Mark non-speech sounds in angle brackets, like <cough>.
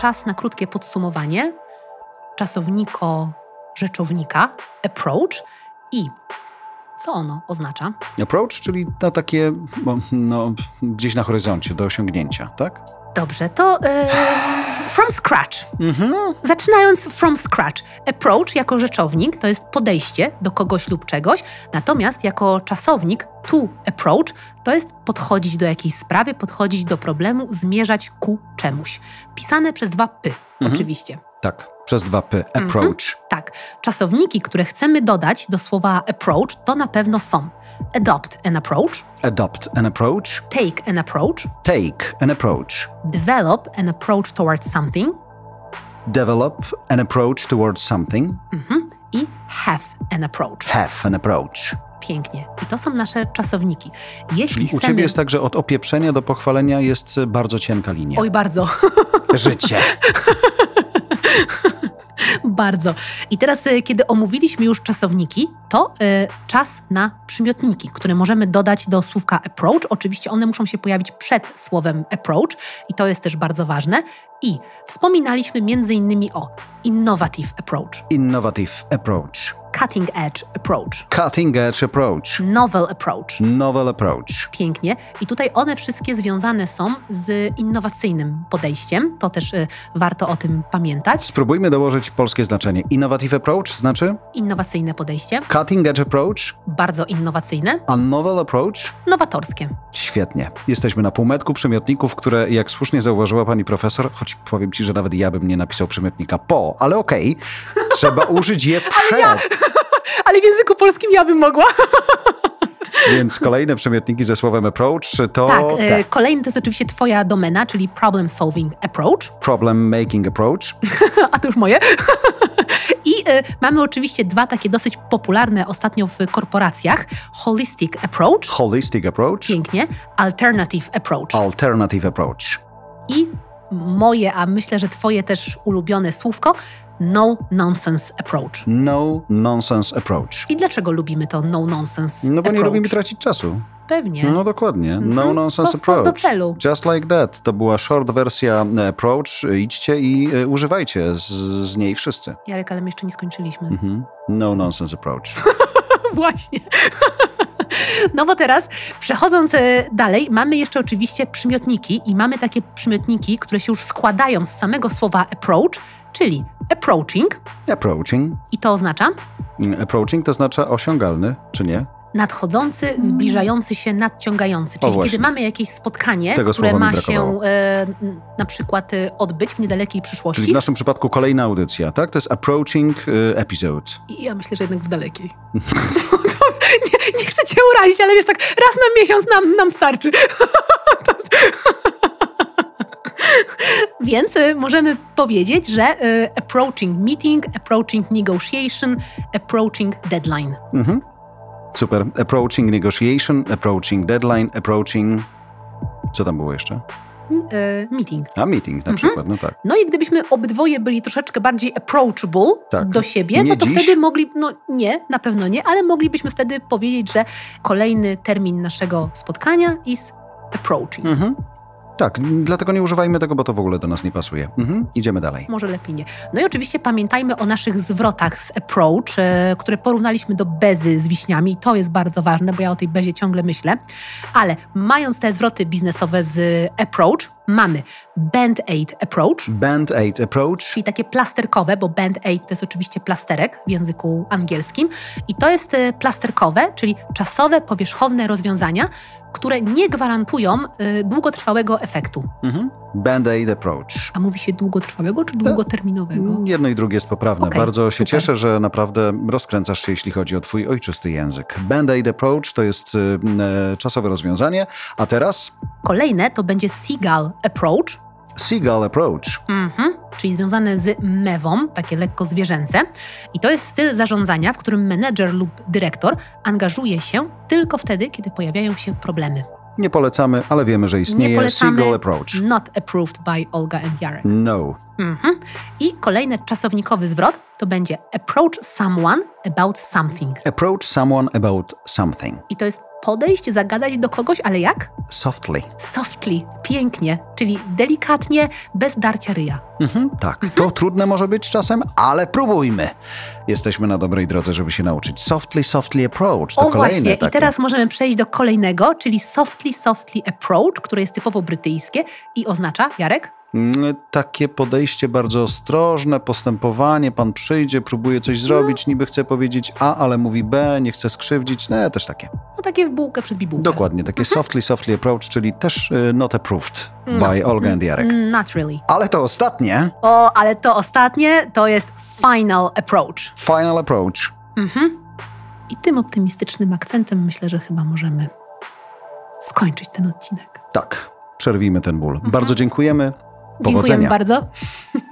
czas na krótkie podsumowanie czasowniko rzeczownika approach i co ono oznacza? Approach, czyli na takie no, no, gdzieś na horyzoncie, do osiągnięcia, tak? Dobrze, to e, <gasps> from scratch. Mhm. Zaczynając from scratch. Approach jako rzeczownik to jest podejście do kogoś lub czegoś, natomiast jako czasownik to approach to jest podchodzić do jakiejś sprawy, podchodzić do problemu, zmierzać ku czemuś. Pisane przez dwa py, Mhm. oczywiście. Tak, przez dwa P. Approach. Tak, czasowniki, które chcemy dodać do słowa approach, to na pewno są adopt an approach, Adopt an approach. take an approach, Take an approach. develop an approach towards something Develop an approach towards something. mhm, i have an approach. Have an approach. Pięknie. I to są nasze czasowniki. Jeśli Czyli u chcemy... ciebie jest tak, że od opieprzenia do pochwalenia jest y, bardzo cienka linia. Oj, bardzo, <laughs> Życie. bardzo. I teraz, y, kiedy omówiliśmy już czasowniki, to y, czas na przymiotniki, które możemy dodać do słówka approach. Oczywiście one muszą się pojawić przed słowem approach i to jest też bardzo ważne. I wspominaliśmy między innymi o innovative approach, Innovative approach. cutting edge approach, Cutting edge approach. novel approach. Novel approach. Pięknie. I tutaj one wszystkie związane są z innowacyjnym podejściem. To też y, warto o tym pamiętać. Spróbujmy dołożyć polskie znaczenie. Innovative approach znaczy Innowacyjne podejście, cutting edge approach, bardzo innowacyjne, a novel approach nowatorskie. Świetnie. Jesteśmy na półmetku przymiotników, które, jak słusznie zauważyła pani profesor, choć powiem ci, że nawet ja bym nie napisał przymiotnika po, ale <laughs> okej, trzeba użyć je przed. Ale w języku polskim ja bym mogła. Więc kolejne przymiotniki ze słowem approach to Tak, y, tak, kolejny to jest oczywiście twoja domena, czyli problem solving approach, problem making approach. <laughs> a to już moje. I y, mamy oczywiście dwa takie dosyć popularne ostatnio w korporacjach, holistic approach, Holistic <laughs> approach. pięknie, alternative approach. Alternative approach. I moje, a myślę, że twoje też ulubione słówko, no nonsense approach. No nonsense approach. I dlaczego lubimy to no nonsense No bo approach? nie lubimy tracić czasu. Pewnie. No dokładnie. No Mhm. nonsense Prosto do approach. celu. Just like that. To była short wersja e, approach. Idźcie i e, używajcie z, z niej wszyscy. Jarek, ale my jeszcze nie skończyliśmy. Mhm. No nonsense approach. <laughs> <laughs> Właśnie. No bo teraz, przechodząc e, dalej, mamy jeszcze oczywiście przymiotniki i mamy takie przymiotniki, które się już składają z samego słowa approach, czyli approaching Approaching. i to oznacza Approaching to znaczy osiągalny, czy nie? nadchodzący, zbliżający się, nadciągający. Czyli właśnie. kiedy mamy jakieś spotkanie, Tego które słowa mi ma się brakowało. e, n- na przykład e, odbyć w niedalekiej Czyli w przyszłości. naszym przypadku kolejna audycja, tak? To jest approaching y, episode. I ja myślę, że jednak w dalekiej. <laughs> To- nie, nie chcę cię urazić, ale wiesz, tak raz na miesiąc nam, nam starczy. <laughs> To jest- Więc y, możemy powiedzieć, że y, approaching meeting, approaching negotiation, approaching deadline. Mhm. Super. Approaching negotiation, approaching deadline, approaching. Co tam było jeszcze? Y, meeting. A meeting na Mhm. przykład, no tak. No i gdybyśmy obydwoje byli troszeczkę bardziej approachable Tak. do siebie, Nie no to dziś. wtedy mogli, no nie, na pewno nie, ale moglibyśmy wtedy powiedzieć, że kolejny termin naszego spotkania is approaching. Mhm. Tak, m, dlatego nie używajmy tego, bo to w ogóle do nas nie pasuje. Mhm. Idziemy dalej. Może lepiej nie. No i oczywiście pamiętajmy o naszych zwrotach z approach, e, które porównaliśmy do bezy z wiśniami. I to jest bardzo ważne, bo ja o tej bezie ciągle myślę. Ale mając te zwroty biznesowe z approach, mamy band-aid approach, Band aid approach. czyli takie plasterkowe, bo band-aid to jest oczywiście plasterek w języku angielskim. I to jest e, plasterkowe, czyli czasowe, powierzchowne rozwiązania, które nie gwarantują e, długotrwałego efektu. Mhm. Band aid approach. A mówi się długotrwałego czy długoterminowego? Mm, Jedno i drugie jest poprawne. Okej, Bardzo się super. cieszę, że naprawdę rozkręcasz się, jeśli chodzi o twój ojczysty język. Band-aid approach to jest y, e, czasowe rozwiązanie, a teraz Kolejne to będzie Seagull Approach, seagull approach. mhm, czyli związane z mewą, takie lekko zwierzęce. I to jest styl zarządzania, w którym menedżer lub dyrektor angażuje się tylko wtedy, kiedy pojawiają się problemy. Nie polecamy, ale wiemy, że Nie istnieje polecamy. seagull approach. Not approved by Olga and Jarek. No. Mhm. I kolejny czasownikowy zwrot to będzie approach someone about something. Approach someone about something. I to jest podejść, zagadać do kogoś, ale jak? Softly. Softly, pięknie, czyli delikatnie, bez darcia ryja. Mhm, tak, to trudne może być czasem, ale próbujmy. Jesteśmy na dobrej drodze, żeby się nauczyć. Softly, softly approach. To o kolejny właśnie, taki. i teraz możemy przejść do kolejnego, czyli softly, softly approach, które jest typowo brytyjskie i oznacza, Jarek? Mm, Takie podejście bardzo ostrożne, postępowanie, pan przyjdzie, próbuje coś No. zrobić, niby chce powiedzieć A, ale mówi B, nie chce skrzywdzić, no też takie. No takie w bułkę przez bibułkę. Dokładnie, takie softly, softly approach, czyli też y, not approved Mhm. No. by Olga and Jarek. Mm, Not really. Ale to ostatnie, O, ale to ostatnie to jest final approach. final approach. Mhm. I tym optymistycznym akcentem myślę, że chyba możemy skończyć ten odcinek. Mhm. Tak, przerwijmy ten ból. Bardzo dziękujemy. Powodzenia. Dziękujemy bardzo.